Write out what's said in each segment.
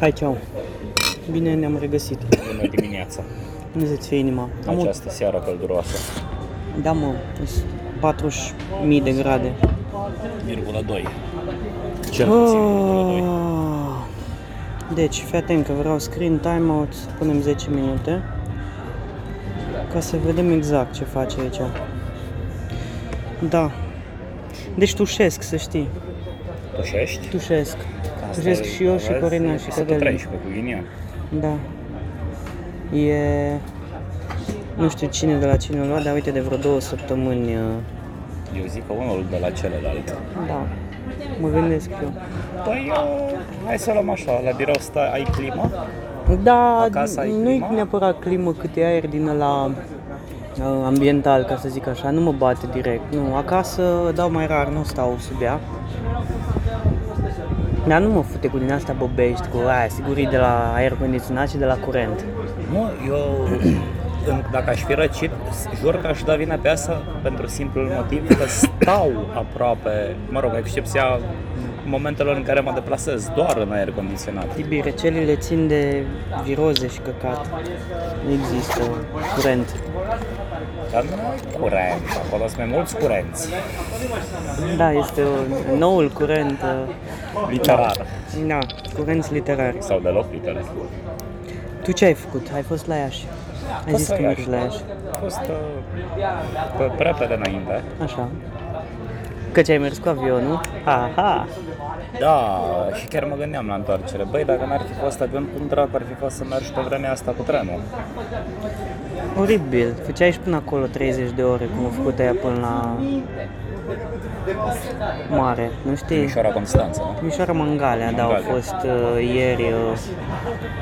Hai, ceau. Bine ne-am regăsit. Bună dimineața! Bună ți inima. Am o... Această seară călduroasă. Da, mă, sunt 40.000 de grade. 1,2. Cel Oh! puțin 1,2. Ah. Deci, fii atent că vreau screen timeout, punem 10 minute, ca să vedem exact ce face aici. Da. Deci tușesc, să știi. Tușești? Tușesc. Tușesc și eu și Corina și Cătălin. 13 cu linia. Da. E... Nu știu cine de la cine a luat, dar uite, de vreo două săptămâni... uh, Eu zic că unul de la celălalt. Da. Mă gândesc eu. Păi, uh, hai să luăm așa, la birou stai, ai climă? Da, Acasă ai nu e clima? neapărat climă cât e aer din la ambiental, ca să zic așa, nu mă bate direct. Nu, acasă dau mai rar, nu stau sub ea. Dar nu mă fute cu din asta bobești, cu aia, sigur e de la aer condiționat și de la curent. Nu, eu în- dacă aș fi răcit, jur că aș da vina pe asta pentru simplul motiv că stau aproape, mă rog, cu excepția momentelor în care mă deplasez, doar în aer condiționat. Tibi, recelile țin de viroze și căcat. Nu există curent. Dar nu ai curent, acolo sunt mai mulți curenți, Da, este uh, noul curent, uh, literar. na, curenți literari. Sau deloc literar. Tu ce ai făcut? Ai fost la Iași? Ai zis că mergi la Iași. A fost uh, pe prea pe înainte. Așa. Căci ai mers cu avionul? Aha! Da, și chiar mă gândeam la întoarcere. Băi, dacă n-ar fi fost avion, cum dracu ar fi fost să mergi pe vremea asta cu trenul? Oribil! Făceai și până acolo 30 de ore, cum a făcut aia până la... Mare, nu știi? Mișoara Constanța, nu? Mișoara Mangalea, da, au Mangalea. fost uh, ieri uh,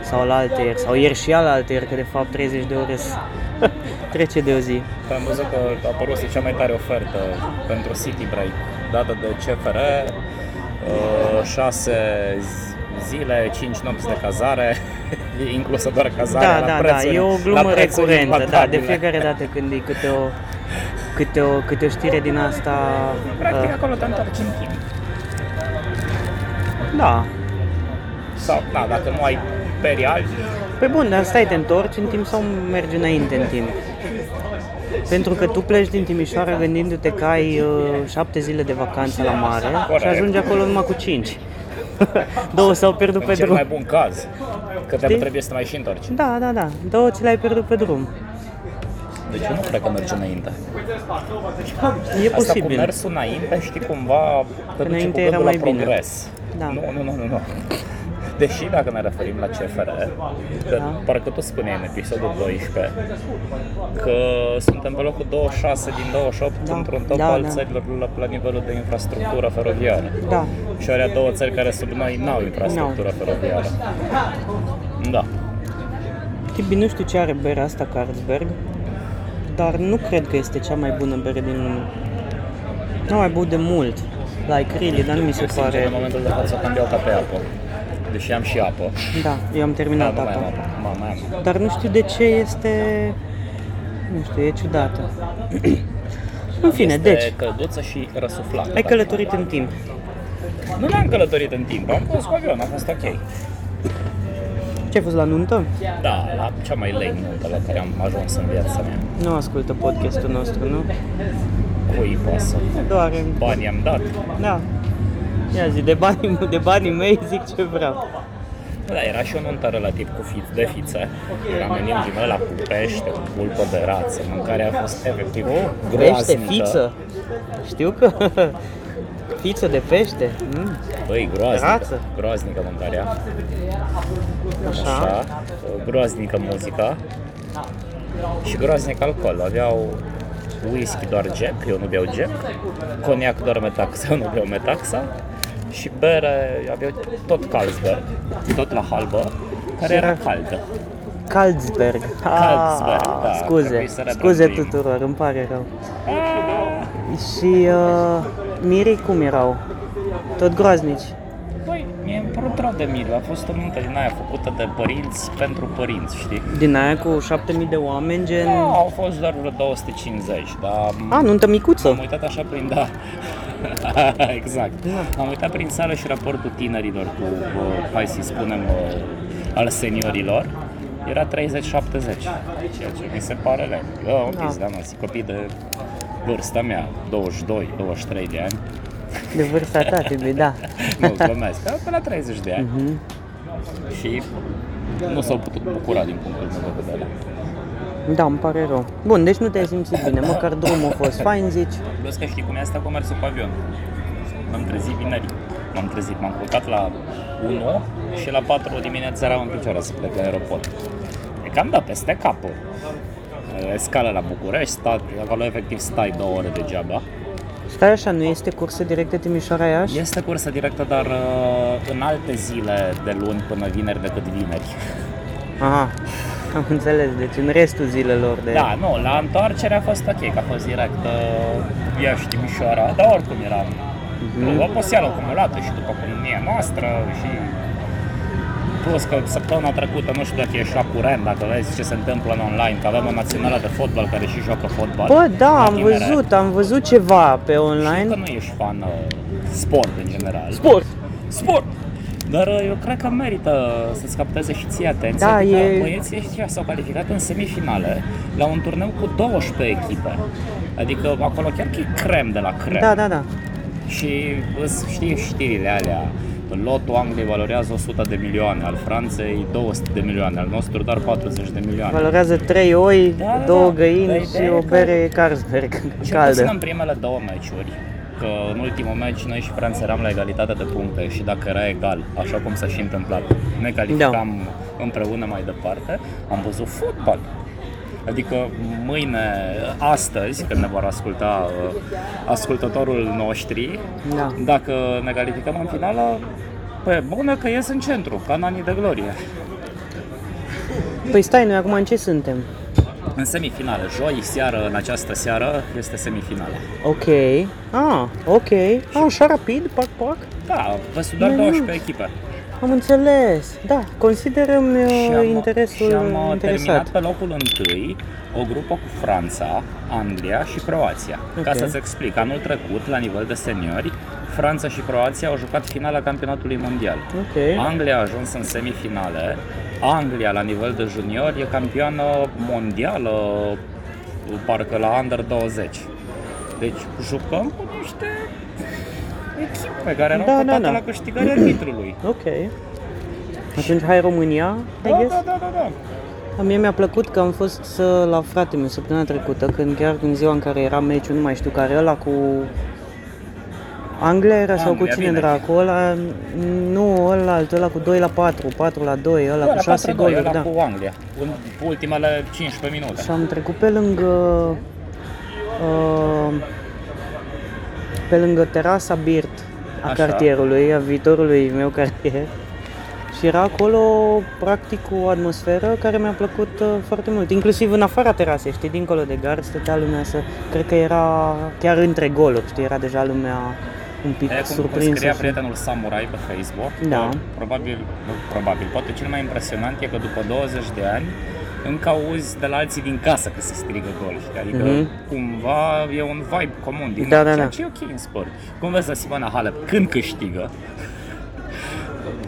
sau la alte ieri, sau ieri și la alte ieri, că de fapt 30 de ore s- trece de o zi. Că Am văzut că a apărut cea mai tare ofertă pentru City Break, dată de CFR, 6 uh, zile, 5 nopți de cazare, inclusă doar cazarea Da, la da, da, prețuri, e o la glumă prețuri recurentă, da, de impatabile. fiecare dată când e câte o, câte o, câte o știre din asta, Practic uh, acolo te întorci în timp. da, Sau, da, dacă nu ai perial, Păi bun, dar stai, te întorci în timp sau mergi înainte în timp? Pentru că tu pleci din Timișoara gândindu-te că ai uh, șapte zile de vacanță la mare și Corect. ajungi acolo numai cu cinci. Două s-au pierdut în pe cel drum. mai bun caz, că te Știi? trebuie să te mai și întorci. Da, da, da. Două ți le-ai pierdut pe drum. Deci eu nu cred că merge înainte. E Asta cu posibil. mersul înainte, știi, cumva te duce cu Înainte era gândul la mai bine. progres. Da. Nu, nu, nu, nu, nu. Deși dacă ne referim la CFR, că Da. parcă tu spuneai în episodul 12 că suntem pe locul 26 din 28 Da. într-un top Da, al da. țărilor la, la nivelul de infrastructură feroviară. Da. Și alea două țări care sub noi n-au infrastructură feroviară. Da. Tibi, nu știu ce are berea asta Carlsberg, dar nu cred că este cea mai bună bere din lume. Nu mai băut de mult. Like, really, dar nu mi se Sincer, pare... în momentul de față o cam beau ca pe apă. Deși am și apă. Da, eu am Da, terminat nu mai am apa. apă. Mă, mai am. dar nu știu de ce este, nu știu, e ciudată. în fine, Este deci, călduță și răsuflată. ai dacă călătorit în timp. Nu l-am călătorit în timp, am fost cu avion, a fost ok. Ce ai fost la nuntă? Da, la cea mai lei nuntă la care am ajuns în viața mea. Nu ascultă podcastul nostru, nu? Cui pasă? Doar, Bani am dat. da. Ia zi, de banii, de banii mei zic ce vreau. Da, era și o nuntă relativ cu fi- de fițe. Era menim din ăla cu pește, cu pulpă de rață, mâncarea a fost efectiv oh, Pește, groaznică. fiță. Știu că... Fiță de pește. Mm. Băi, groaznică. Rață? Groaznică mâncarea. Așa. Așa. Groaznică muzica. Și groaznic alcool. Aveau whisky doar Jack, eu nu beau Jack. Coniac doar Metaxa, eu nu beau Metaxa. Și bere, aveau tot Carlsberg, tot la halbă, care era caldă. Carlsberg. Carlsberg, Ah, da, Scuze, trebuie să scuze rebrandăm. tuturor, îmi pare rău. Și uh, mirii cum erau? Tot groaznici. Băi, mi-e împrut rău de milă. A fost o nuntă din aia făcută de părinți pentru părinți, știi? Din aia cu 7000 de oameni, gen... Nu, au fost doar vreo 250, dar A, nuntă micuță. am uitat așa prin, da, exact. Am uitat prin țară și raportul tinerilor cu, uh, hai să spunem, uh, al seniorilor era 30-70, ceea ce mi se pare lent. Eu am zis, da, mă, sunt copii de vârsta mea, 22-23 de ani, De vârsta ta, Tibi, da. nu glumesc, dar pe la 30 de ani. Și nu s-au putut bucura din punctul meu de vedere. Da, îmi pare rău. Bun, deci nu te-ai simțit bine, măcar drumul a fost fain, zici. Plus că știi cum e asta cu mersul pe avion. M-am trezit vineri. M-am trezit, m-am culcat la 1 și la 4 dimineața eram în picioare să plec la aeroport. E cam dat peste capul. E, Scala la București, stat, acolo efectiv stai două ore degeaba. Stai așa, nu este cursă directă Timișoara-Iași? Este cursă directă, dar uh, în alte zile de luni până vineri decât vineri. Aha, am înțeles, deci în restul zilelor de... Da, nu, la întoarcere a fost ok, că a fost direct uh, Iași Timișoara, dar oricum eram Mhm. mm-hmm. o poseală acumulată și după comunia noastră și plus că săptămâna trecută, nu știu dacă ești la curent, dacă vezi ce se întâmplă în online, că avem o națională de fotbal care și joacă fotbal. Bă, da, la am tineret. văzut, am văzut ceva pe Știu că online. nu ești fan uh, sport în general. Sport! Sport! Dar uh, eu cred că merită să-ți capteze și ție atenția. Da, adică e- Băieții ăștia s-au calificat în semifinale la un turneu cu 12 echipe. Adică acolo chiar că e crem de la crem. Da, da, da. Și îți știi știrile alea. Lotul Angliei valorează 100 de milioane, al Franței 200 de milioane, al nostru doar 40 de milioane. Valorează trei oi, Da, da, da. două Dar găini ideea și e o că- bere Carlsberg Cel caldă. puțin în primele două meciuri, că în ultimul meci noi și Franța eram la egalitate de puncte și dacă era egal, așa cum s-a și întâmplat, ne calificam împreună mai departe, am văzut fotbal. Adică mâine, astăzi, când ne vor asculta uh, ascultătorul noștri, Da. dacă ne calificăm în finală, pe bună că ies în centru, ca în anii de glorie. Păi stai, noi acum în ce suntem? În semifinală, joi seară, în această seară, este semifinala. Ok. Ah, ok. Ah, așa rapid, pac, pac. Da, vă doar Nu, nu. 12 echipe. Am înțeles. Da, considerăm Și uh, am- interesul și am uh, terminat interesat. pe locul întâi o grupă cu Franța, Anglia și Croația. Ca Ok. să-ți explic, anul trecut, la nivel de seniori, Franța și Croația au jucat finala campionatului mondial. Ok. Anglia a ajuns în semifinale. Anglia, la nivel de junior, e campioană mondială, parcă la Under 20. Deci jucăm cu niște echipe care erau Da, da, da, da, da. la câștigarea titlului. Ok. Atunci hai România, I Da, guess? da, da, da, da. Mie mi-a plăcut că am fost să, la fratele meu săptămâna trecută, când chiar în ziua în care era meciul, nu mai știu care, ăla cu Anglia era sau cu Anglia, cine bine. dracu, ăla, nu, ăla altul, ăla cu 2 la 4, 4 la 2, ăla Da, cu 6 4-2, goluri, ăla da. cu Anglia, în ultimele 15 minute. Și am trecut pe lângă uh, pe lângă terasa Birt a Așa. cartierului, a viitorului meu cartier. Și era acolo, practic, o atmosferă care mi-a plăcut uh, foarte mult. Inclusiv în afara terasei, știi, dincolo de gard, stătea lumea să... Cred că era chiar între goluri, știi, era deja lumea un pic E, cum, cum surprinsă. scria și- prietenul Samurai pe Facebook, Da. că probabil, nu, probabil, poate cel mai impresionant e că după 20 de ani încă auzi de la alții din casă că se strigă gol, știi? Adică Mhm. cumva e un vibe comun din Da, da, ceea da. ce e ok în sport. Cum vezi la Simona Halep când câștigă,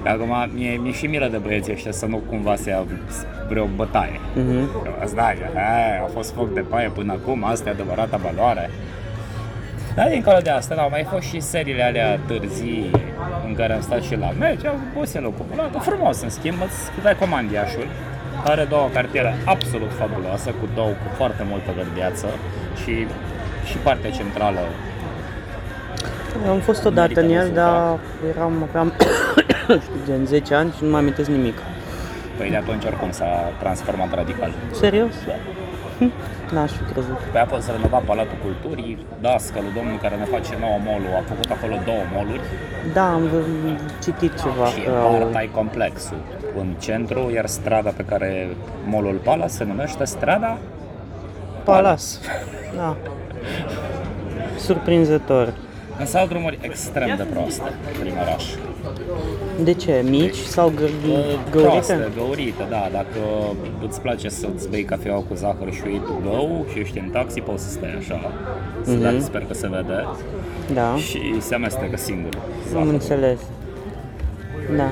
Acum mi-e, mi-e și miră de băieții ăștia să nu cumva să ia vreo bătaie. Mhm. Asta, aia, a fost foc de paie până acum, asta e adevărata valoare. Dar dincolo de asta, da, au mai fost și seriile alea târzii în care am stat și la meci, au poselul populată, frumos în schimb, îți dai comandiașul, are două cartiere absolut fabuloase, cu două cu foarte multă verdeață și, și partea centrală. Am fost odată în el, Merită dar eram, aveam, știu, gen 10 ani și nu mai amintesc nimic. Păi de atunci oricum s-a transformat radical. Serios? Hm? N-aș fi crezut. Pe apă s-a renovat Palatul Culturii, dascălul domnul care ne face nouă molul, a făcut acolo două moluri, Da, am v- citit ceva. Și e că au- Bartai Complexul în centru, iar strada pe care Molul Palace se numește strada Palas. Da. Surprinzător. Însă au drumuri extrem de proaste prin oraș. De ce? Deci, Mici sau gă- Proaste, găurite? găurite, da. Dacă îți place să-ți bei cafeaua cu zahăr și uit go și ești în taxi, poți să stai așa. Mm-hmm. Dar sper că se vede. Da, Și se amestecă singur. am zahărul. înțeles. Da.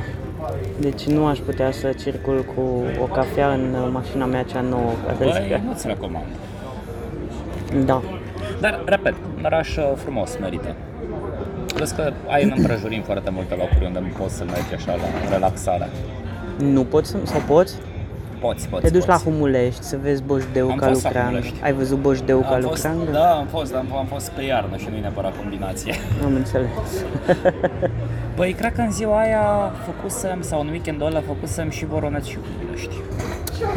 Deci nu aș putea să circul cu o cafea în uh, mașina mea cea nouă, ca să zic. Băi, nu-ți recomand. Da. Dar, repet, un oraș uh, frumos, merită. Plus că ai în împrejurim foarte multe locuri unde poți să mergi așa la relaxare. Nu poți să- sau poți? Poți, poți, Te duci poți. la Humulești să vezi Boșdeu Am ca fost la lucrang. Humulești. Ai văzut Boșdeu ca am fost, lucrang? da, am fost, am, am fost pe iarnă și nu e neapărat combinație. Am înțeles. Păi, cred că în ziua aia făcusem, sau în weekendul ăla făcusem și Voroneț și București.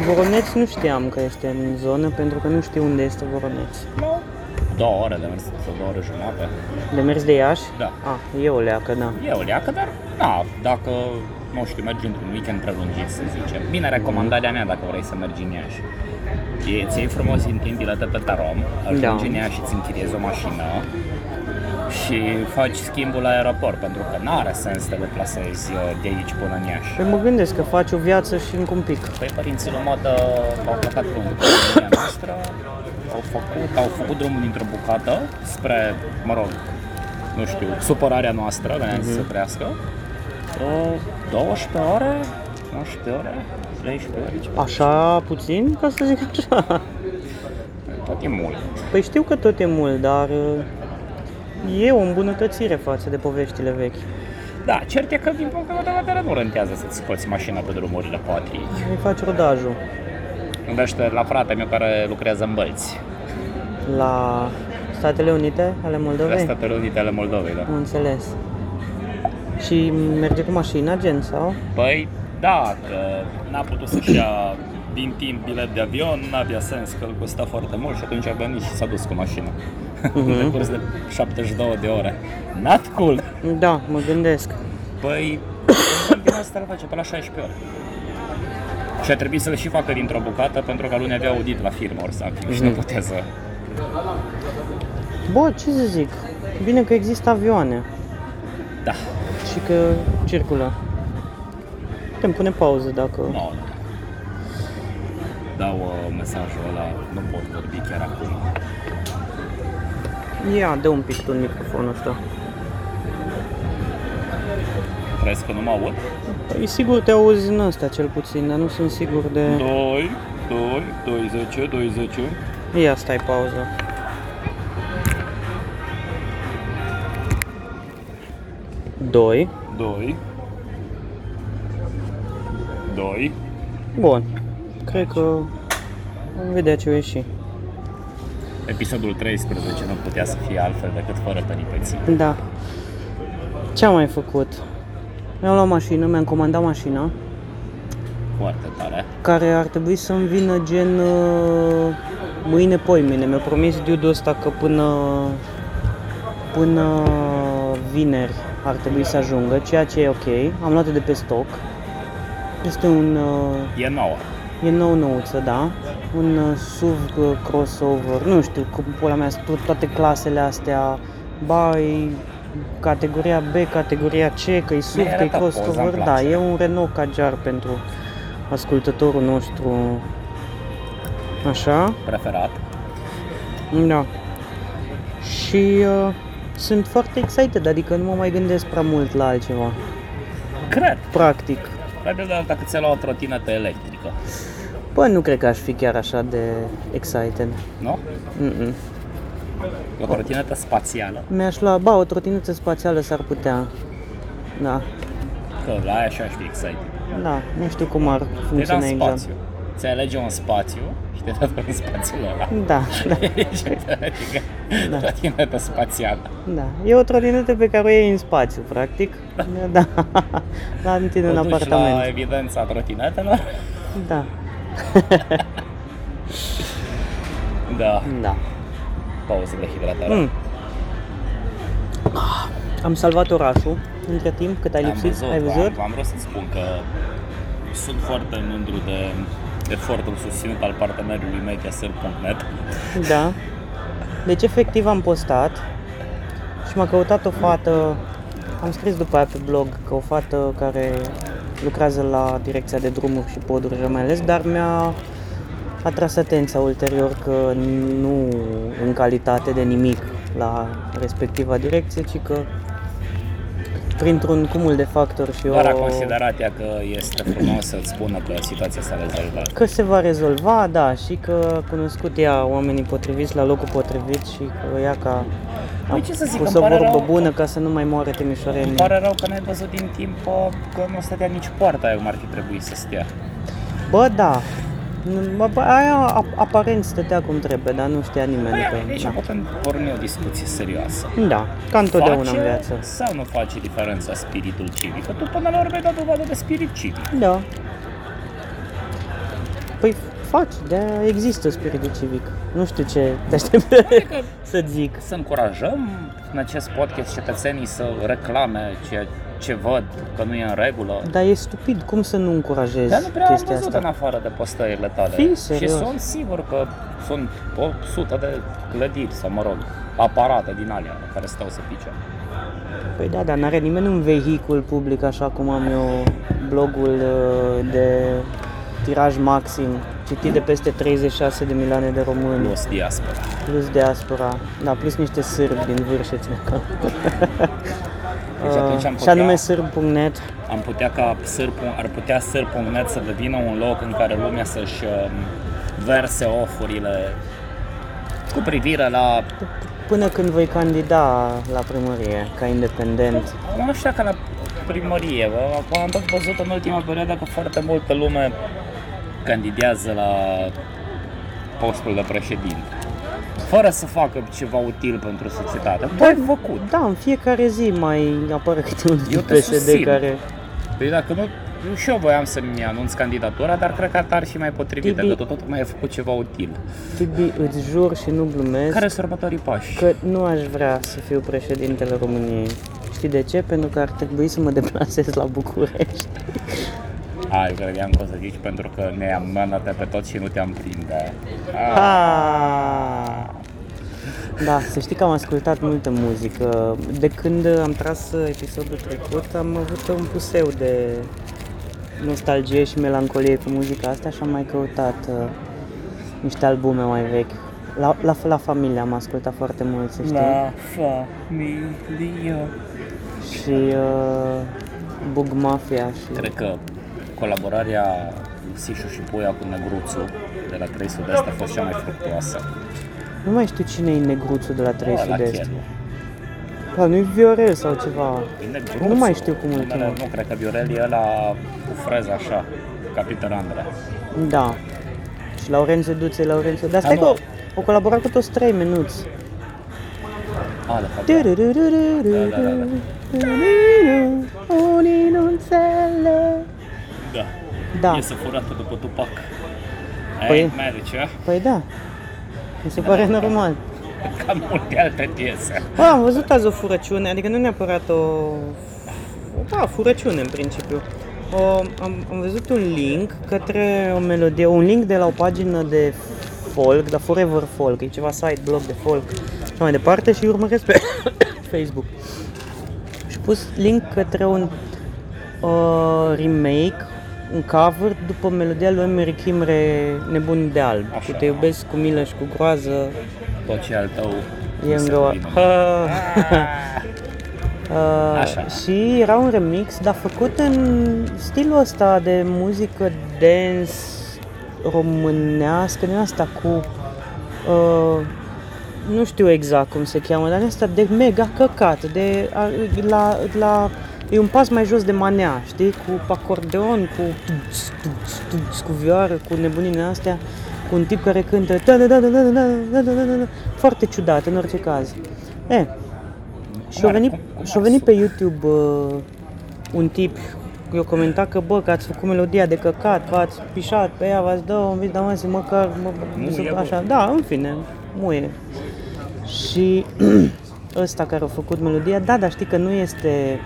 Voroneț nu știam că este în zonă, pentru că nu știu unde este Voroneț. Nu? Două ore de mers, sau două ore jumate. De mers de Iași? Da. A, e o leacă, da. E o leacă, dar, na, dacă, nu știu, mergi într-un weekend prelungit, să zicem. Bine, recomandarea mea dacă vrei să mergi în Iași. E, ți iei frumos din timp bilete pe Tarom, ajungi Da. în Iași, îți închiriezi o mașină și faci schimbul la aeroport, pentru că nu are sens să te deplasezi uh, de aici până în Iași. Păi mă gândesc că faci o viață și încă un pic. Păi părinții la modă au plecat pe unde noastră, au făcut, au făcut drumul dintr-o bucată spre, mă rog, nu știu, supărarea noastră, că ne-am zis să trăiască. O 12 ore, 19 ore, 13 ore, ceva. Așa puțin, ca să zic așa. tot e mult. Păi știu că tot e mult, dar uh, e o îmbunătățire față de poveștile vechi. Da, cert e că din punctul meu de vedere nu rentează să-ți scoți mașina pe drumurile patrii. Îi faci rodajul Gândește la frate meu care lucrează în bălți, la Statele Unite ale la Moldovei. Statele Unite ale Moldovei, da. Am înțeles. Și merge cu mașina, gen, sau? Păi, da, că n-a putut să-și ia din timp bilet de avion, n-avea sens că îl costa foarte mult și atunci a venit și s-a dus cu mașina. În decurs de 72 de ore. Not cool! Da, mă gândesc. Păi, din asta îl face pe la 16 ore. Și a trebuit să-l și facă dintr-o bucată pentru că luni avea audit la firmă ori something și nu putea să... Bă, ce să zic? Bine că există avioane Da, și că circulă. Putem pune pauză dacă... nu. Dau uh, mesajul ăla, nu pot vorbi chiar acum. Ia, dă un pic tu în microfonul ăsta. Crezi că nu mă aud? Păi sigur te auzi în ăsta cel puțin, dar nu sunt sigur de... 2, 2, 20, 20. Ia, stai pauză. Doi. 2 2 Bun. Cred că vom vedea ce o ieși. Episodul 13 nu putea să fie altfel decât fără peripeții. Da. Ce am mai făcut? Mi-am luat mașină, mi-am comandat mașina, Foarte tare. care ar trebui să-mi vină gen uh, mâine, poimine. Mi-a promis dude ăsta că până, până vineri ar trebui să ajungă, ceea ce e ok. Am luat-o de pe stoc. Este un uh, E nouă. E nou nouță, da. Un uh, SUV uh, crossover, nu știu cum pula mea, sunt tot- toate clasele astea, ba, e categoria B, categoria C, că e SUV, Mi-ai că e arătat poza, crossover, îmi da, place. e un Renault Kadjar pentru ascultătorul nostru. Așa, Preferat. da. Și uh, sunt foarte excited, adică nu mă mai gândesc prea mult la altceva, Cred. practic. Probabil doar dacă ți-a luat o trotinetă electrică. Bă, nu cred că aș fi chiar așa de excited. Nu? Mm-mm. O trotinetă spațială. Mi-aș lua, ba, o trotinetă spațială s-ar putea. Da, Că la aia și aș fi excited. da, nu știu cum ar Te da funcționa în exact. spațiu. Ți-ai alege un spațiu și te dai în spațiul ăla. Da, da, Și te alege Da. Trotinetă spațială. da. E o trotinetă pe care o iei în spațiu, practic. Da, la tine în Te duci la apartament. evidența trotinetelor. Da, Da. da. Pauză de hidratare. Mm. Am salvat orașul între timp cât ai Am lipsit, ai văzut? Am, am vrut să spun că sunt foarte mândru de efortul susținut al partenerului meu Casel.net. Da. Deci efectiv am postat și m-a căutat o fată, am scris după aia pe blog că o fată care lucrează la direcția de drumuri și poduri și mai ales, dar mi-a atras atenția ulterior că nu în calitate de nimic la respectiva direcție, ci că printr-un cumul de factori și Doar a o... considerat ea că este frumos să-ți spună că situația s-a rezolvat. Că se va rezolva, da, și că a cunoscut ea oamenii potriviți la locul potrivit și că ea ca a Păi ce să zic, pus îmi o pare vorbă rău. bună ca să nu mai moară timișorenii. Îmi pare rău că n-ai văzut din timp uh, că nu stătea nici poarta aia cum ar fi trebuit să stea. Bă, da, N- bă, bă, aia ap- aparent stătea cum trebuie, dar nu știa nimeni Păi, că... deci Da. putem porni o discuție serioasă. da, ca întotdeauna face în viață. sau nu face diferența spiritul civic? Că tu până la urmă ai dat dovadă de spirit civic. Da. Păi faci, de există spiritul civic. Nu știu ce te aștept Adică să zic. să încurajăm în acest podcast cetățenii să reclame ceea ce văd că nu e în regulă. Dar e stupid, cum să nu încurajezi Dar nu prea am chestia văzut în asta? afară de postările tale. Fii Și serios. sunt sigur că sunt 100 de clădiri sau, mă rog, aparate din alea care stau să pice. Păi da, dar n-are nimeni un vehicul public așa cum am eu blogul uh, de tiraj maxim, citit de peste 36 de milioane de români, Plus diaspora. plus diaspora, da, plus niște sârbi din Vârșeț. Deci atunci am Uh, și anume putea- sârb.net, Am putea ca sârpun, ar putea sârpun.net să devină un loc în care lumea să-și um, verse ofurile cu privire la... până când voi candida la primărie ca independent. Nu știu dacă la primărie, bă, acum am tot văzut în ultima perioadă că foarte multă lume candidează la postul de președinte. Fără să facă ceva util pentru societate. Tu ai făcut. Da, în fiecare zi mai apare câte un Eu te PSD susțin. care... Păi dacă nu, nu și eu voiam să-mi anunț candidatura, dar cred că ar fi mai potrivită, Tibi- că tot mai ai făcut ceva util. Tibi, îți jur și nu glumesc, Care sunt următorii pași? că nu aș vrea să fiu președintele României. Știi de ce? Pentru că ar trebui să mă deplasez la București. A, eu credeam că o să zici pentru că ne-am mânat pe toți și nu te-am prins de... A, Ah! Da, să știi că am ascultat multă muzică. De când am tras episodul trecut, am avut un puseu de nostalgie și melancolie cu muzica asta și am mai căutat uh, niște albume mai vechi. La, la, la familie am ascultat foarte mult, să știi. la familie. Și uh, Bug Mafia și... Cred că colaborarea Sișu și Puia cu Negruțu de la 3 Sud-Est a fost cea mai fructuoasă. Nu mai știu cine e negruțul de la 3 Ăla, Sud-Est. chelul. Da, nu-i Viorel sau ceva. E Negruțu. Nu mai știu cum îl Numele- cheamă. Nu, cred că Viorel e ăla cu freza așa, capitan Andra. Da. Și Laurențiu Duțe, Laurențiu... Dar stai nu. că o colaborat cu toți 3 minuți. A, de fapt, da. Da, Da, da, da, Unii nu înțeleg. da. Da, Iese furată după Tupac. Păi- Păi... Merge, păi da. Mi se pare normal. ca multe alte piese. Bă, Ah, am văzut azi o furăciune, adică nu neapărat o... Da, furăciune în principiu. O, am, am văzut un link către o melodie, un link de la o pagină de folk, dar Forever Folk, e ceva site, blog de folk și mai departe și îi urmăresc pe Facebook. Și pus link către un uh, remake, un cover după melodia lui Emery Kimre, Nebun de alb, Așa. cu Te iubesc cu milă și cu groază, Tot ce e al tău e mi se îngroa. cuvine. Ah! Uh, Așa. Și era un remix, dar făcut în stilul ăsta de muzică dance românească, din asta cu... Uh, nu știu exact cum se cheamă, dar din asta de mega căcat, de, a, la, la, e un pas mai jos de manea, știi? Cu acordeon, cu tuț, tuț, tuț, cu vioară, cu nebunile astea, cu un tip care cântă da, da, da, da, da, da, da, da, da, da, foarte ciudat în orice caz. E, și a Cum ar- venit, cum- cum și-o ar venit pe suna? YouTube uh, un tip eu comenta că, bă, că ați făcut melodia de căcat, că ați pișat pe ea, v-ați dă un vid, dar mă, zic, măcar, mă, Muie, sunt bă. așa, da, în fine, muie. Și ăsta care a făcut melodia, da, dar știi că nu este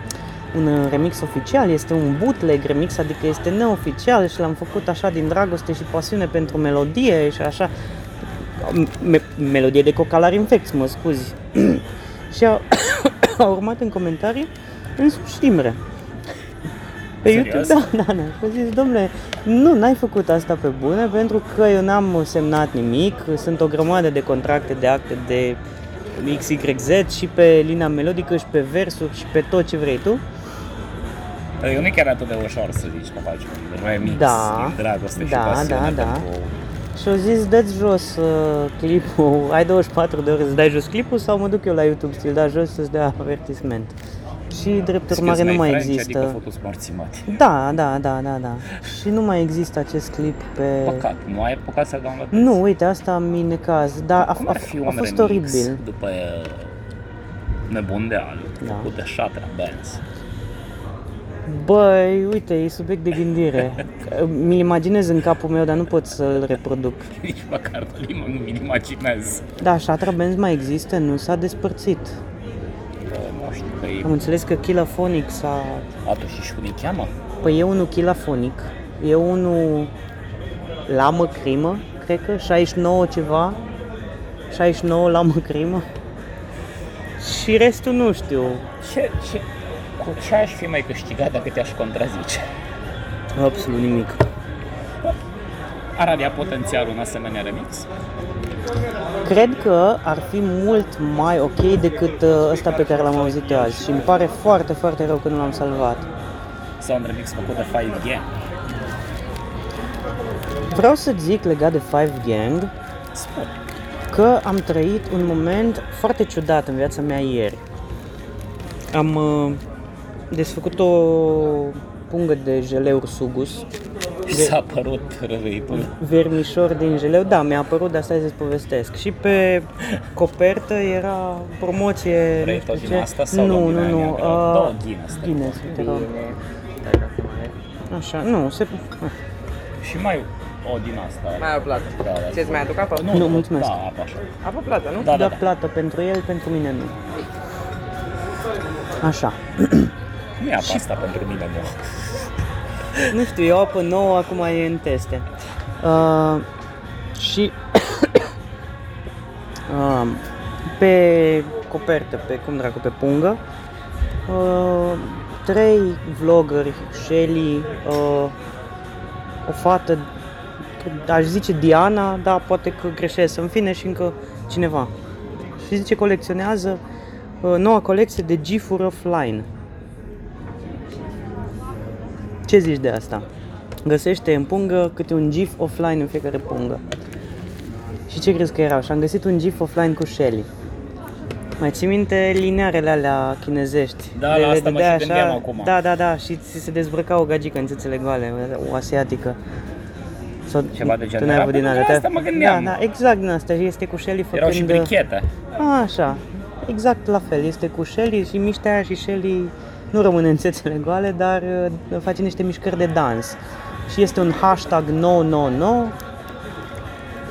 un uh, remix oficial, este un bootleg remix, adică este neoficial și l-am făcut așa din dragoste și pasiune pentru melodie și așa. Me- melodie de cocalari infecți, mă scuzi. și a, a urmat în comentarii însuși Imre. Pe Serios? YouTube, da, da, da. Și a zis, domnule, nu, n-ai făcut asta pe bune pentru că eu n-am semnat nimic, sunt o grămadă de contracte, de acte, de XYZ și pe linia melodică și pe versuri și pe tot ce vrei tu. Adică nu e chiar atât de ușor să zici că faci un remix Da. din dragoste Da, și pasiune da, da. pentru... Și au zis, dă-ți jos uh, clipul, ai 24 de ore să dai jos clipul sau mă duc eu la YouTube să-l dau jos să-ți dea avertisment. Și drept Excuse urmare nu my mai French, există. Adică făcut morții mati. Da, da, da, da, da. Și nu mai există acest clip pe... Păcat, nu ai apucat să-l downloadezi? Nu, uite, asta mi necaz, dar a, Cum a, ar fi a un fost remix oribil. după uh, Nebun de al, Da. făcut de Shatra Benz? Băi, uite, e subiect de gândire. Mi-l imaginez în capul meu, dar nu pot să-l reproduc. Nici măcar nu mi imaginez. Da, Shatra Benz mai există, nu s-a despărțit. Bă, Nu știu că Am e... înțeles că Kilaphonic s-a... Atunci și cum îi cheamă? Păi e unul Kilaphonic, e unul Lamă Crimă, cred că, 69 ceva, 69 Lamă Crimă. Și restul nu știu. Ce, ce, cu ce aș fi mai câștigat dacă te-aș contrazice? Absolut nimic. Ar avea potențial un asemenea remix? Cred că ar fi mult mai ok decât uh, ăsta pe care l-am auzit eu azi și îmi pare foarte, foarte rău că nu l-am salvat. Sau un remix făcut de 5G? Vreau să zic legat de Five Gang Spun. că am trăit un moment foarte ciudat în viața mea ieri. Am uh, desfăcut o pungă de jeleuri sugus, Și s-a părut răveitul. vermișor din jeleu, da, mi-a apărut, dar stai să-ți povestesc. Și pe copertă era promoție... Vrei nu știu tot din ce. asta sau Nu, din nu, aia nu. neagră? a, Două Guinness, te Guinness, te rog. Așa, nu, se... Și mai o din asta. Mai ai o plată. Da, da. Ce-ți mai aduc apă? Nu, Nu, mulțumesc. Da, apă așa. Apă plată, nu? Da, da, da, da. plată pentru el, pentru mine nu. Așa. Nu e apa asta pentru mine, nu. nu știu, eu apă nouă, acum e în teste. Uh, și uh, pe copertă, pe cum dracu, pe pungă, uh, trei vloggeri, Shelly, uh, o fată, cred- aș zice Diana, dar poate că greșesc, în fine, și încă cineva. Și zice, colecționează uh, noua colecție de gifuri offline. Ce zici de asta? Găsește în pungă câte un GIF offline în fiecare pungă. Și ce crezi că erau? Și am găsit un GIF offline cu Shelly. Mai ții minte linearele alea chinezești? Da, la asta mă dai și gândeam acum. Da, da, da, și ți se dezbrăca o gagică în țâțele goale, o asiatică. Sau Ceva de tu genul n-ai ăla. avut din Păi, alea. la asta mă gândeam. Da, da, exact din asta. Și Este cu Shelly făcând... Păi uh, Erau și brichete. A, așa, exact la fel, este cu Shelly și miștea aia și Shelly nu rămâne în țețele goale, dar uh, face niște mișcări de dans. Și este un hashtag no, no, no,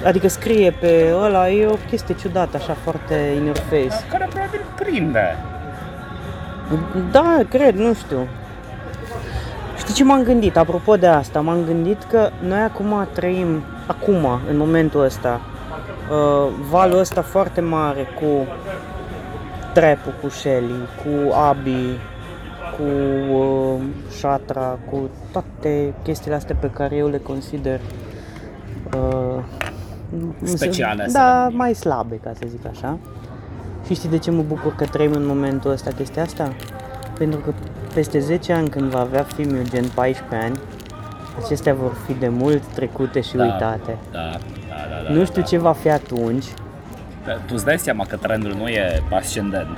adică scrie pe ăla, e o chestie ciudată, așa, foarte in your face. Care probabil prinde. Da, cred, nu știu. Știi ce m-am gândit? Apropo de asta, m-am gândit că noi acum trăim, acum, în momentul ăsta, uh, valul ăsta foarte mare cu trepul cu Shelly, cu Abi, cu uh, Shatra, cu toate chestiile astea pe care eu le consider uh, Speciale, să le Da, numim. mai slabe, ca să zic așa. Și știi de ce mă bucur că trăim în momentul ăsta chestia asta? Pentru că peste 10 ani, când va avea filmul gen 14 ani, acestea vor fi de mult trecute și Da. uitate. Da, da, da, da. nu știu da. ce va fi atunci. Dar Tu îți dai seama că trendul nu e ascendent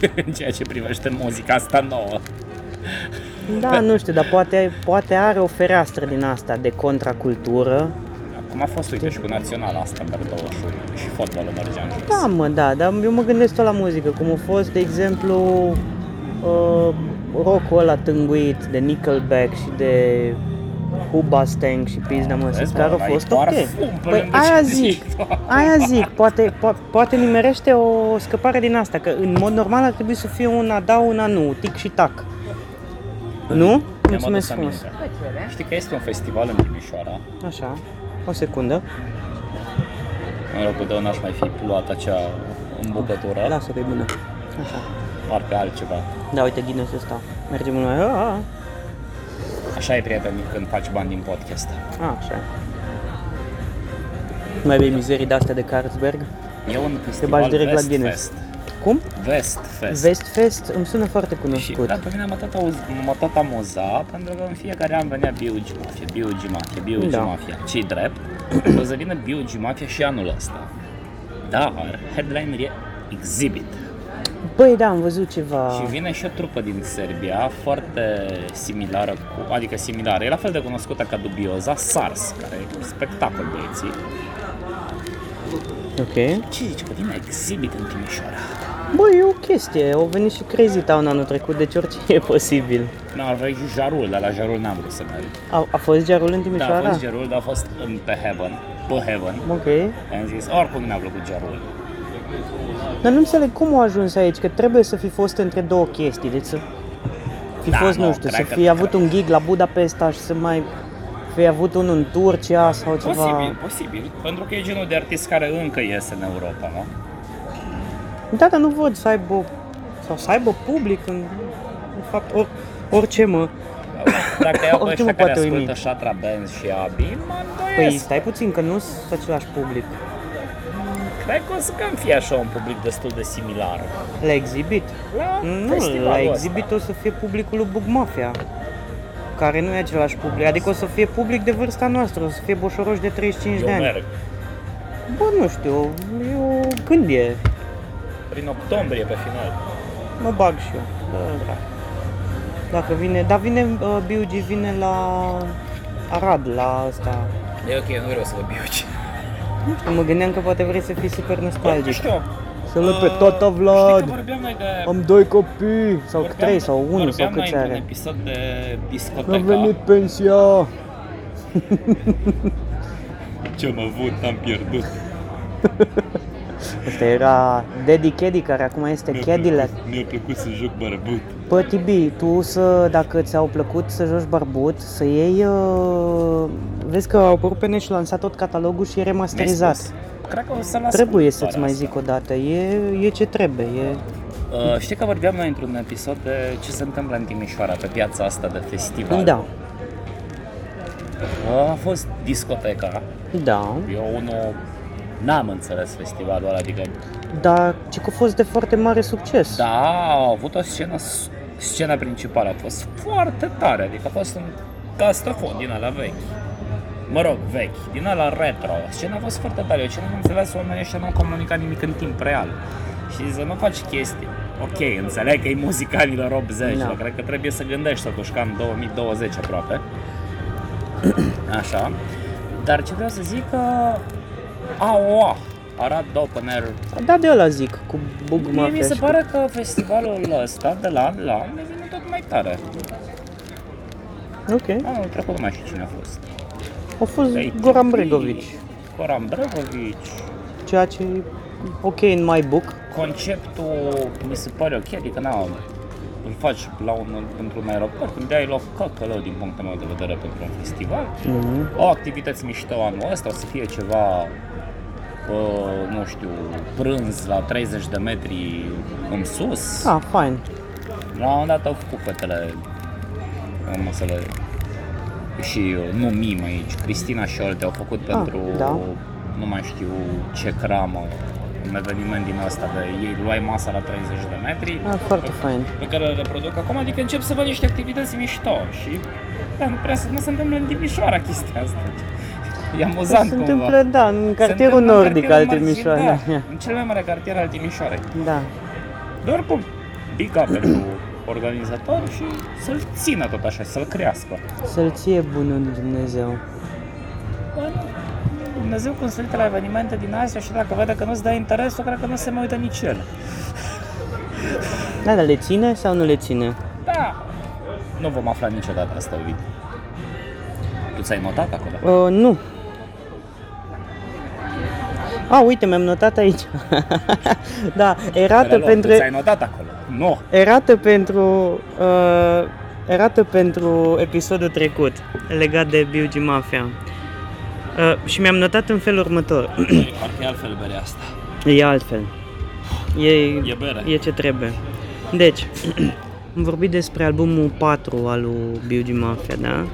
în ceea ce privește muzica asta nouă. Da, nu știu, dar poate, poate are o fereastră din asta de contracultură. Acum a fost, uite, și cu naționala asta în 21 și fotbalul mergea în jos. Da, mă, da, dar eu mă gândesc tot la muzică, cum a fost, de exemplu, uh, rock-ul ăla tânguit de Nickelback și de Huba Stank și pizda mă, Vezi, mă, care la au fost ei ok. par fum pe Păi lângă aia ce zic, zici tu. aia zic, poate, po- poate nimerește o scăpare din asta, că în mod normal ar trebui să fie una da, una nu, tic și tac. Nu? Mi-am Mulțumesc adus frumos. aminte. Știi că este un festival în Timișoara, Așa, o secundă. în locul de n-aș mai fi luat acea îmbucătură. Ah, Lasă că e bună. Așa. doar pe altceva. Da, uite Guinness ăsta. Mergem Ah, noi. A, a, Așa e, prieteni, când faci bani din podcast. a, Ah, așa. Mai bei mizerii de-astea de Carlsberg. E un festival bagi direct la West Guinness. Fest. Cum? Vest Fest. Westfest îmi sună foarte Și cunoscut. da, pe mine m-a tot, auz, m-a tot amuza, pentru că în fiecare an venea Biugi Mafia, Biugi Mafia, Biugi Da. Mafia. ce drept, o să vină Biugi Mafia și anul ăsta. Dar headliner e Exhibit. Băi, da, am văzut ceva. Și vine și o trupă din Serbia, foarte similară, cu, adică similară, e la fel de cunoscută ca dubioza, SARS, care e un spectacol băieții. Ok. Ce zici că vine Exhibit în Timișoara? Băi, e o chestie. Au venit și Crazy Town anul trecut, deci orice e posibil. Nu, ar vrea și Jarul, dar la Jarul n-am vrut să merg. A, a fost gearul în Da, a Timișoara? fost Jarul, dar a fost în pe Heaven, pe Heaven. Ok. Am zis, oricum n-a plăcut Jarul. Dar nu înțeleg cum au ajuns aici, că trebuie să fi fost între două chestii, deci să fi Da, fost, nu, nu știu, să cred că- fi avut un gig la Budapesta și să mai fi avut unul în Turcia sau ceva. Posibil, posibil, pentru că e genul de artist care încă iese în Europa, nu? Da, dar nu văd să aibă, sau să aibă public în, în fapt, or, orice mă. Păi, Dacă iau pe Oricum ăștia mă care poate uimi. ascultă Shatra Benz și Abi, mă Păi îndoiesc. stai puțin că nu sunt același public. Cred că o să cam fie așa un public destul de similar. La exhibit? La Nu, festivalul la ăsta. exhibit o să fie publicul lui Bug Mafia care nu e același public, adică o să fie public de vârsta noastră, o să fie boșoroși de 35 Eu de ani. merg. Bă, nu știu, eu când e? Prin octombrie pe final. Mă bag și eu. Bă, da. dracu. Dacă vine, dar vine, uh, BUG vine la Arad, la asta. E ok, nu vreau să vă biuci. Nu știu, mă gândeam că poate vrei să fii super Nu nostalgic. știu. Să-l pe Uh, tata Știi că Vlad! vorbeam noi de... Am doi copii! Sau vorbeam- trei, sau unul, sau vorbeam câți noi într-un are. episod de Mi-a discoteca. venit pensia! Ce am avut, am pierdut. Asta era Daddy Caddy, care acum este Cadillac. Mi-a plăcut să joc barbut. Bă, Tibi, tu să, dacă ți-au plăcut să joci barbut, să iei... Uh, vezi că au apărut pe net și lansat tot catalogul și e remasterizat. Cred că o să-l ascult Trebuie doar să-ți mai asta. zic o dată, e, e ce trebuie, e... Uh, știi că vorbeam noi într-un episod de ce se întâmplă în Timișoara, pe piața asta de festival. Da, Uh, a fost discoteca. da, Eu unul n-am înțeles festivalul ăla, adică... dar ce că a fost de foarte mare succes. Da, a avut o scenă, scena principală a fost foarte tare, adică a fost un castofon din ala vechi. Mă rog, vechi, din ala retro. Scena a fost foarte tare, eu ce n-am înțeles, oamenii ăștia n-au comunicat nimic în timp real. Și să nu faci chestii. Ok, înțeleg că e muzica anilor 80, Da. dar cred că trebuie să gândești totuși ca în 2020 aproape. Așa. Dar ce vreau să zic că... AOA, Arad Open Air Da, de ăla zic, cu bug Mie mi mafia se și pare că festivalul ăsta, de la an la an, devine tot mai tare. Cu... Ok, Anul trecut nu mai știu cine a fost. a fost Ei, Goran Tibi, Bregovici, Goran Bregovici. ceea ce e ok în my book. Conceptul mi se pare ok, adică na, îl faci la un, într-un aeroport, îmi dai loc căcălău din punctul meu de vedere pentru un festival. Mm-hmm. O activități mișto anul ăsta, o să fie ceva, uh, nu știu, prânz la 30 de metri în sus. Ah, fine. La un moment dat au făcut fetele Am să le Și eu, nu mim aici Cristina și alte au făcut Ah, pentru da. Nu mai știu ce cramă Un eveniment din asta De ei luai masa la 30 de metri Ah, foarte fine. Pe care le reproduc acum Adică încep să văd niște activități mișto Și da, nu prea se, nu se întâmplă în Timișoara chestia asta E Se amuzant cumva întâmplă, da, în Se cartierul întâmplă în nordic al cartierul da. Timișoara. marginal, În cel mai mare cartier al Timișoarei Da. doar cu big up pentru organizator și să-l țină tot așa, să-l crească. Să-l ție bunul Dumnezeu. Bă, nu. Dumnezeu când se uită la evenimente din Asia și dacă vede că nu-ți dă interesul, cred că nu se mai uită nici el. Da, dar le ține sau nu le ține? Da! Nu vom afla niciodată asta, Ovid. Tu ți-ai notat acolo? Uh, nu. A, Ah, uite, mi-am notat aici. da, erată Relor, pentru, Tu ți-ai notat acolo? Nu! erată pentru, uh, erată pentru episodul trecut legat de Biugi Mafia. Uh, și mi-am notat în felul următor. Parcă e altfel berea asta. E altfel. E, E bere. e ce trebuie. Deci, am vorbit despre albumul 4 al lui Biugi Mafia, da?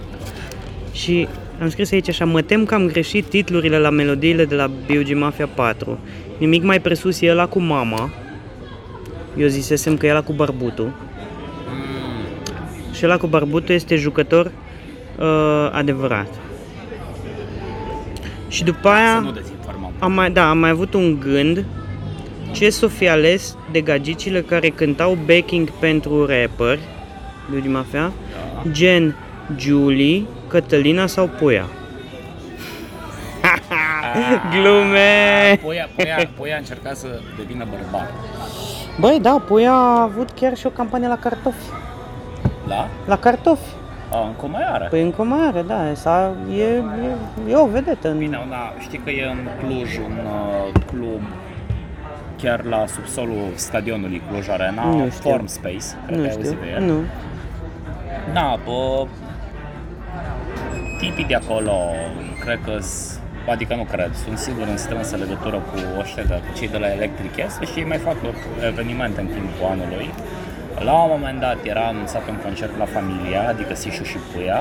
Și am scris aici așa, mă tem că am greșit titlurile la melodiile de la Biugi Mafia 4. Nimic mai presus e ăla cu mama. Eu zisesem că e ăla cu Mm. barbutul. Și ăla cu barbutul este jucător uh, adevărat. Și după aia... Să nu dezinformăm. Am mai, da, am mai avut un gând ce să fi ales de gagicile care cântau backing pentru rapper, Biugi Mafia, Da. gen Julie, Cătălina sau Puia. Glume! Poia, poia, poia a încercat să devină bărbat. Băi, da, Puia a avut chiar și o campanie la cartofi. Da? La cartofi. A, încă mai are. Păi încă mai are, da, s-a, e, e, e o vedetă. În... Bine, da, știi că e în Cluj un uh, club chiar la subsolul stadionului Cluj Arena, Nu știu. Form Space, cred Nu că ai auzit știu, de el. nu. Na, bă, tipii de acolo, cred că s- adică nu cred, sunt sigur în strânsă legătură cu ăștia de, cei de la Electric Castle și ei mai fac evenimente în timpul anului. La un moment dat era anunțat un concert la Familia, adică Sișu și Puia,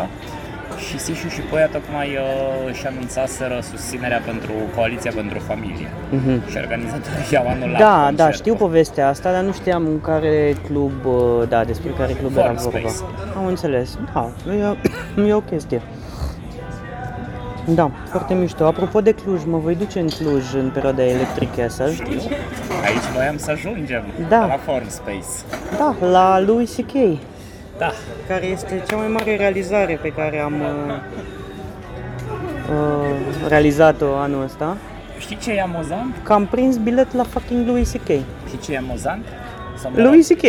și Sișu și Puia tocmai uh, își anunțaseră susținerea pentru Coaliția pentru Familie. Mhm. Și organizatorii au anulat Da, da, concertul. știu povestea asta, dar nu știam în care club, uh, da, despre care club era Forum vorba. Space. Am înțeles, da, e, e o chestie. Da, foarte mișto. Apropo de Cluj, mă voi duce în Cluj în perioada Electric Castle. Știu. Aici voiam să ajungem, Da. la Form Space. Da, la lui C.K., Da, care este cea mai mare realizare pe care am uh, uh, realizat-o anul ăsta. Știi ce e amuzant? Că am prins bilet la fucking lui C.K. Știi ce e amuzant? Sau mă rog, Lui C.K.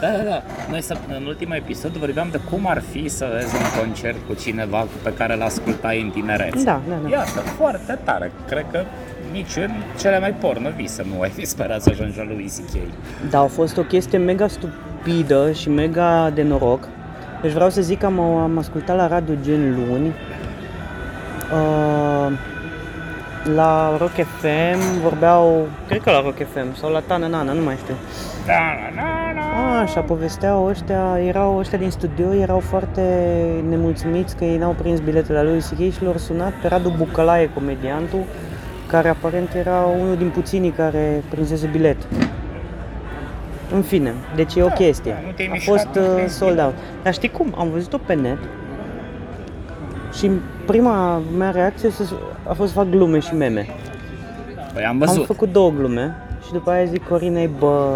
Da, da, da. Noi să, în ultimul episod vorbeam de cum ar fi să vezi un concert cu cineva pe care l ascultai în tinerețe. Da, da, da. Iată, foarte tare. Cred că nici în cele mai porno vise nu ai fi sperat să ajungi la lui C.K. Da, a fost o chestie mega stupidă și mega de noroc. Deci vreau să zic că am, am ascultat la radio gen luni. Uh, la Rock FM vorbeau, cred că la Rock FM sau la Tana Nana, nu mai știu. Da, da, da, da. A, așa, povesteau ăștia, erau ăștia din studio, erau foarte nemulțumiți că ei n-au prins biletele la lui C.K. și l-au sunat pe Radu Bucălaie, comediantul, care aparent era unul din puținii care prinsese bilet. În fine, deci e o chestie. da, nu te-ai A mișcat, fost nu uh, te-ai sold out. Dar știi cum? Am văzut-o pe net și prima mea reacție a fost să fac glume și meme. Păi am Am văzut. făcut două glume și după aia zic Corinei, bă,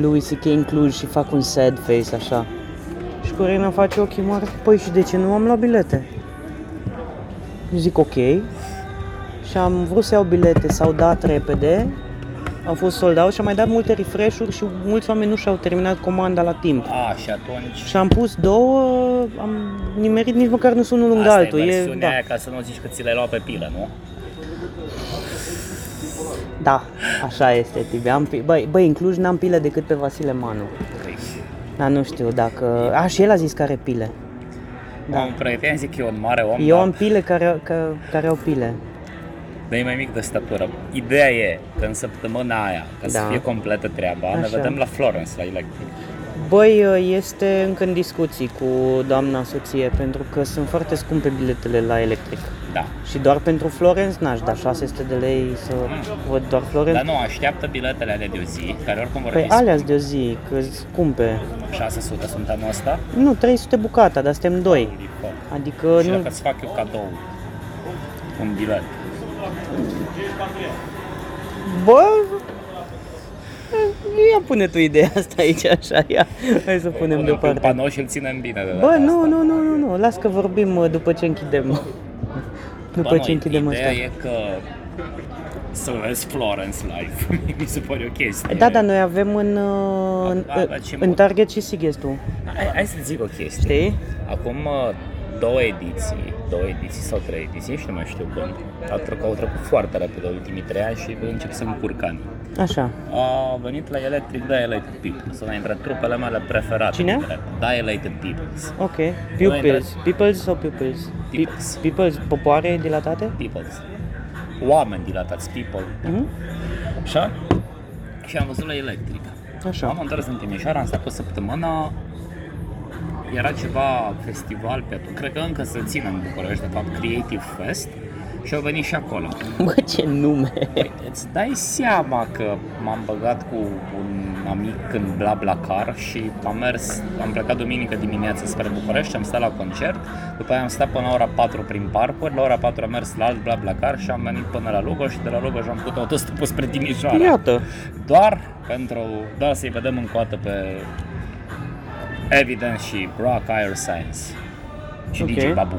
lui C.K. în Cluj și fac un sad face așa. Și Corina face ochii mari, păi și de ce nu am luat bilete? Eu zic ok. Și am vrut să iau bilete, s-au dat repede, au fost sold out și am mai dat multe refresh-uri și mulți oameni nu și-au terminat comanda la timp. A, și atunci... Și am pus două, am nimerit nici măcar nu sunt unul lângă Asta altul. e e, versiunea da. aia ca să nu zici că ți l-ai luat pe pilă, nu? Da, așa este, Tibi. Am, pi- băi, băi, în Cluj n-am pile decât pe Vasile Manu. Deci, Dar nu știu dacă... A, și el a zis că are pile. da. am pretenzie că e un mare om, Eu dar- am pile care, că, care au pile. Dar e mai mic de statură. Ideea e că în săptămâna aia, ca da. să Da. fie completă treaba, Așa. ne Așa. vedem la Florence, la Electric. Băi, este încă în discuții cu doamna soție, pentru că sunt foarte scumpe biletele la electric. Da. Și doar pentru Florence n-aș da 600 de lei să văd doar Dar Florence. nu, așteaptă biletele alea de o zi, care oricum vor Păi fi alea de o zi, că sunt scumpe. 600 sunt anul ăsta. Nu, 300 bucata, dar suntem doi. Holy fuck. Adică Și nu... dacă îți fac eu cadou un bilet. Bă, ia pune tu ideea asta aici, așa, ia. Hai să punem Punem pe un deoparte. panou și îl ținem bine de data Bă, asta. nu, nu, nu, nu, nu, las că vorbim uh, după ce închidem. După Bă, ce nu, închidem Ideea asta. e că să vezi Florence live. Mi se pare o chestie. Da, da, noi avem în, uh, în, Da, da, și în mult. Target și Sighestu, Hai, hai să zic o chestie. știi? Acum uh, două ediții, două ediții sau trei ediții, și nu mai știu când. Au trecut, au trecut foarte rapid ultimii trei ani și încep să încurc ani. Așa, A venit la Electric Dilated People, sunt dintre trupele mele preferate. Cine? dintre Dilated Peoples. ok. Pupils, pupils sau pupils? Peoples. Pi- Pupils, popoare dilatate? Peoples. Oameni dilatați, people. Mhm. Așa? Și am văzut la Electric. Așa. M-am întors în Timișoara, am stat o săptămână, era ceva festival pe atunci, cred că încă se ține în București, de fapt, Creative Fest, și au venit și acolo. Bă, ce nume! Păi, îți dai seama că m-am băgat cu un amic în bla bla car și am mers, am plecat duminică dimineața spre București, am stat la concert, după aia am stat până la ora 4 prin parcuri, la ora 4 am mers la alt bla bla car și am venit până la Lugoj și de la Lugoj am făcut autostopul spre Timișoara. Iată! Doar pentru, doar să-i vedem încă o dată pe Evidence și Rock Air Science și Ok. DJ Babu.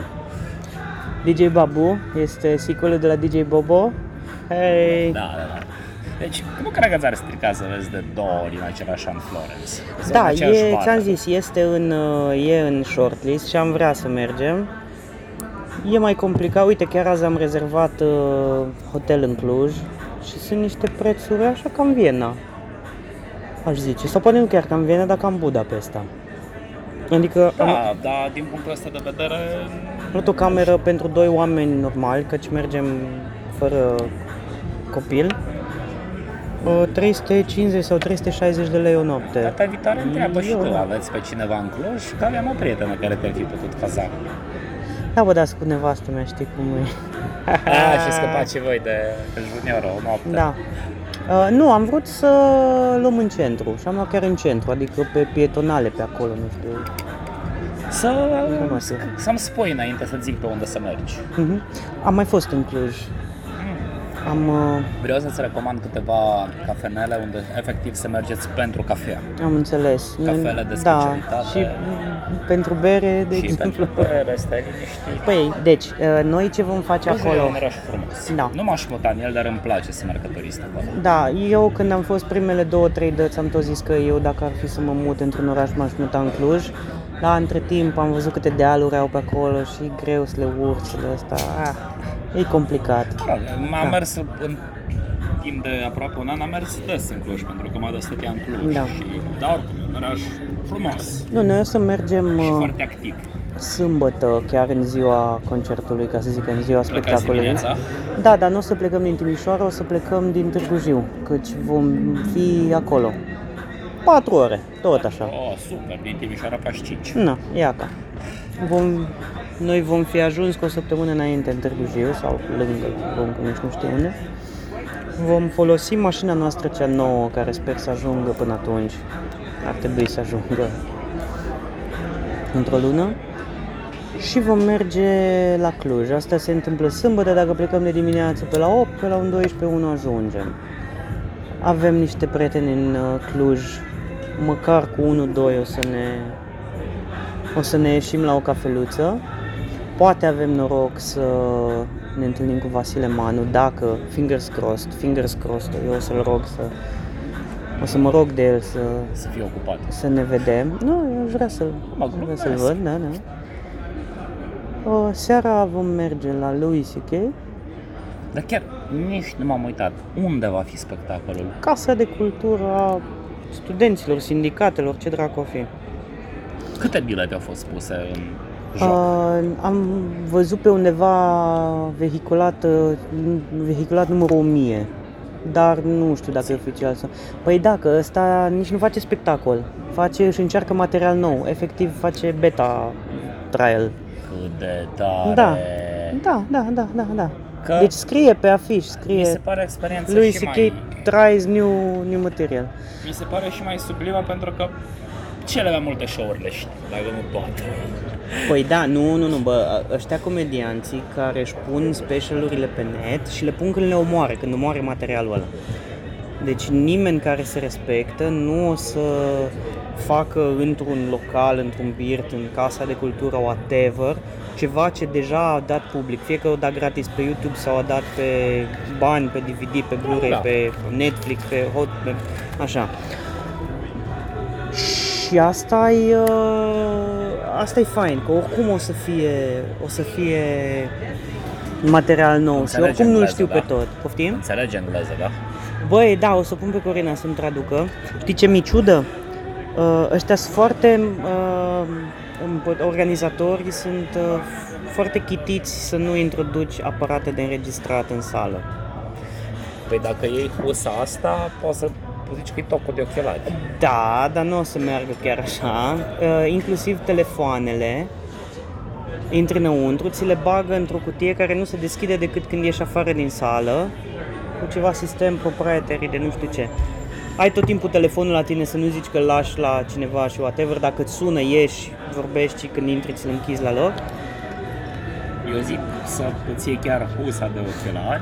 DJ Babu este sequelul de la DJ Bobo. Hei! Da, da, da. Deci, nu cred că ți-ar strica să vezi de două ori în același an Florence. Sau în Da, aceeași e, vară. ți-am zis, este în, uh, e în shortlist și am vrea să mergem. E mai complicat, uite, chiar azi am rezervat uh, hotel în Cluj și sunt niște prețuri așa ca în Viena, aș zice. Sau poate nu chiar ca în Viena, dar ca în Budapesta. Adică am Da, dar din punctul ăsta de vedere, luat o cameră pentru doi oameni normal, căci mergem fără copil. Uh, 350 sau 360 de lei o noapte. data viitoare întreabă și Eu, tu, da. aveți pe cineva în Cluj? Că aveam o prietenă care te-ar fi putut caza. Da, bă, dar sunt cu nevastă mea, știi cum e. A, Ah, și scăpați și voi de junioră o noapte. Da. Uh, nu, am vrut să luăm în centru și am luat chiar în centru, adică pe pietonale pe acolo, nu știu. Da. Să, Nu știu. să-mi spui înainte să zic pe unde să mergi. Mhm. Am mai fost în Cluj. Hmm. Am, uh, Vreau să-ți recomand câteva cafenele unde efectiv să mergeți pentru cafea. am înțeles. Cafele de da, specialitate. și mm, pentru bere, de și exemplu. pentru bere, stai liniștit. Păi, deci, uh, noi ce vom face Clujul e acolo? un oraș frumos. Da. Nu m-aș muta în el, dar îmi place să merg turist acolo. Da, eu când am fost primele două, trei dăți am tot zis că eu dacă ar fi să mă mut într-un oraș m-aș muta în Cluj. Dar între timp am văzut câte dealuri au pe acolo și e greu să le urci și de asta. Ah, e complicat. Mă rog, Da. M-am mers în timp de aproape un an, am mers des în Cluj, pentru că mă dă stătea în Cluj. Da. Și, da, oricum, e un oraș frumos Nu, noi o să mergem și uh, foarte activ. sâmbătă, chiar în ziua concertului, ca să zic, în ziua Plecați spectacolului. dimineața. Da, dar nu o să plecăm din Timișoara, o să plecăm din Târgu Jiu, căci vom fi acolo. Patru ore, tot așa. Oh, super, din Timișoara faci 5. Na, iaca. Vom, noi vom fi ajuns cu o săptămână înainte în Târgu Jiu sau lângă, lângă nici nu știu unde. Vom folosi mașina noastră cea nouă, care sper să ajungă până atunci. Ar trebui să ajungă într-o lună. Și vom merge la Cluj. Asta se întâmplă sâmbătă, dacă plecăm de dimineață pe la 8, pe la un 12, 1 ajungem. Avem niște prieteni în uh, Cluj, măcar cu 1-2 o să ne o să ne ieșim la o cafeluță. Poate avem noroc să ne întâlnim cu Vasile Manu, dacă, fingers crossed, fingers crossed, eu o să-l rog să... O să mă rog de el să, Să fii ocupat. să ne vedem. Nu, eu aș vrea să-l, Mă aș vrea să-l glumesc. văd, da, da. O, seara vom merge la Louis C.K., Dar chiar nici nu m-am uitat. Unde va fi spectacolul? Casa de Cultură a studenților, sindicatelor, ce dracu o fi. Câte bilete au fost puse în joc? Uh, am văzut pe undeva vehiculat, uh, vehiculat numărul 1000, dar nu știu dacă e oficial sau... Păi dacă, ăsta nici nu face spectacol, face, își încearcă material nou, efectiv face beta trial. Cât de tare! Da. Da, da, da, da, da. Că Deci scrie pe afiș, mi se scrie pare experiența lui și C.K. mai... tries new, new material. Mi se pare și mai sublimă pentru că cele mai multe show-uri le știu, dacă nu toate. Păi da, nu, nu, nu, bă, ăștia comedianții care își pun specialurile pe net și le pun când le omoară, când omoară materialul ăla. Deci nimeni care se respectă nu o să facă într-un local, într-un birt, în casa de cultură, whatever, ceva ce deja a dat public, fie că o dat gratis pe YouTube sau a dat pe bani, pe DVD, pe Blu-ray, Da. pe Netflix, pe Hot, pe... așa. Și asta e uh, asta e fain, că oricum o să fie o să fie material nou și Înțelege oricum nu-l engleză, știu da. pe tot. Poftim? Înțelege engleză, da? Băi, da, o să pun pe Corina să-mi traducă. Știi ce mi ciudă? Uh, ăștia sunt foarte... Uh, împo- organizatorii sunt uh, foarte chitiți să nu introduci aparate de înregistrat în sală. Păi dacă iei husa asta, poți să tu zici că e tocul de ochelari. Da, dar nu o să meargă chiar așa. Uh, inclusiv telefoanele intri înăuntru, ți le bagă într-o cutie care nu se deschide decât când ieși afară din sală, cu ceva sistem proprietary de nu știu ce. Ai tot timpul telefonul la tine să nu zici că îl lași la cineva și whatever, dacă îți sună, ieși, vorbești și când intri ți-l închizi la loc. Eu zic să îți iei chiar husa de ochelari,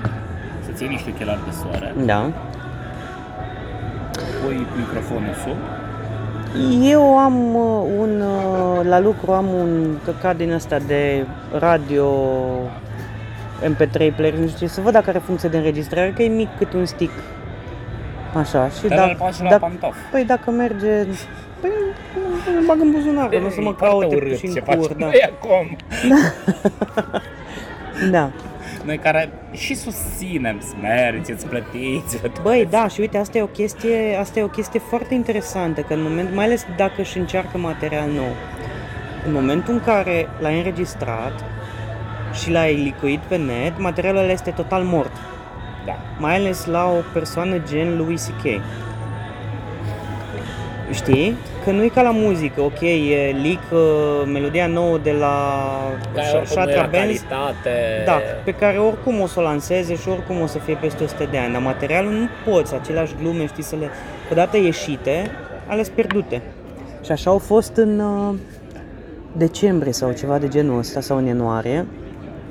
să-ți iei niște ochelari de soare, Da. pui microfonul sub, Eu am uh, un, uh, la lucru am un căcat din asta de radio MP3 player, nu știu ce, să văd dacă are funcție de înregistrare, că e mic cât un stick. Așa, și dar îl dacă, faci și la dacă, pantof. păi dacă merge, păi îl bag în buzunar, că nu o să mă caute și ce în cur, facem da. noi acum. da. Noi care și susținem, mergeți, îți plătiți, vă Băi, da, și uite, asta e o chestie, asta e o chestie foarte interesantă, că în moment, mai ales dacă își încearcă material nou, în momentul în care l-ai înregistrat și l-ai licuit pe net, materialul ăla este total mort, da. mai ales la o persoană gen Louis C.K. Știi? Că nu e ca la muzică, ok, e leak, uh, melodia nouă de la Care Sha- oricum nu era Shatra Benz, calitate. da, pe care oricum o să o lanseze și oricum o să fie peste 100 de ani, dar materialul nu poți, aceleași glume, știi, să le... Odată ieșite, ales pierdute. Și așa au fost în uh, decembrie sau ceva de genul ăsta, sau în ianuarie.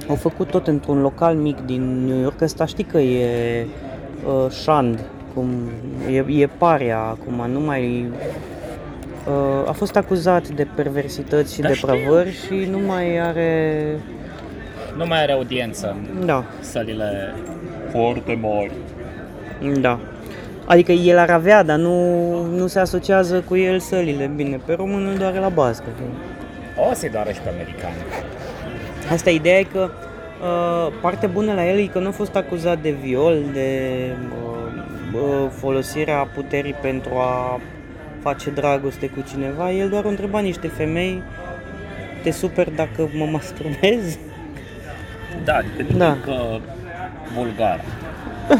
Au făcut tot într-un local mic din New York, ăsta știi că e uh, șand, cum e, e paria acum, nu mai... Uh, a fost acuzat de perversități și Da, știu. depravări și nu mai are... Nu mai are audiență în Da, sălile foarte mari. Da. Adică el ar avea, dar nu, nu se asociază cu el sălile. Bine, pe românul doar la bască. O să-i doară și pe americani. Asta ideea e că uh, partea bună la el e că nu a fost acuzat de viol, de uh, uh, folosirea puterii pentru a face dragoste cu cineva. El doar o întreba niște femei, te super dacă mă masturbez? Da, adică Da. da. că bulgar.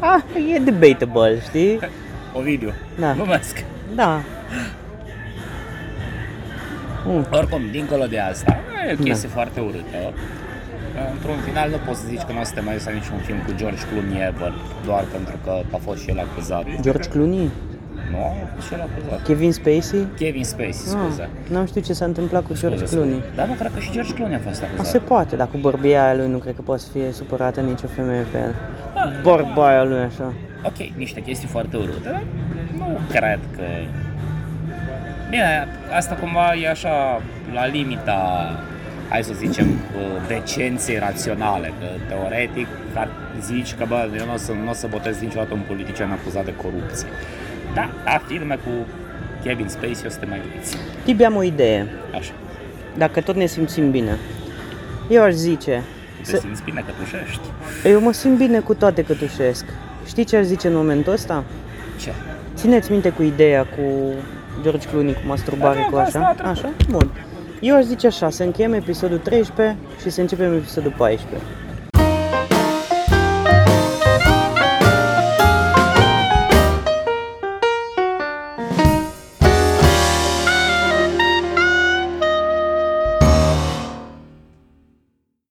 Ah, e debatable, știi? Ovidiu, Da. glumesc. Da. Mm. Oricum, dincolo de asta, e o Da. chestie foarte urâtă. Într-un final nu poți să zici că nu o să te mai uiți la niciun film cu George Clooney ever, doar pentru că a fost și el acuzat. George Clooney? Nu, a fost și el acuzat. Kevin Spacey? Kevin Spacey, scuze. Ah, nu știu ce s-a întâmplat cu George Scuze, Clooney. Dar nu, cred că și George Clooney a fost A, acuzat. se poate, dar cu bărbia aia lui nu cred că poate să fie supărată nicio femeie pe el. Ah, Bărba aia lui așa. Ok, niște chestii foarte urâte, dar nu cred că... Bine, asta cumva e așa la limita, hai să zicem, uh, decenței raționale, că teoretic ar zici că bă, eu nu o să, nu o să botez niciodată un politician acuzat de corupție. Da, la filme cu Kevin Spacey o să te mai uiți. Tibi, am o idee, Așa. dacă tot ne simțim bine. Eu aș zice, Te să, simți bine că tușești. eu mă simt bine cu toate că tușesc. Știi ce aș zice în momentul ăsta? Ce? Țineți minte cu ideea cu George Clooney cu masturbare, Da, da, cu da, așa? asta a trecut. Așa? Bun. Eu aș zice așa, să încheiem episodul 13 și să începem episodul 14.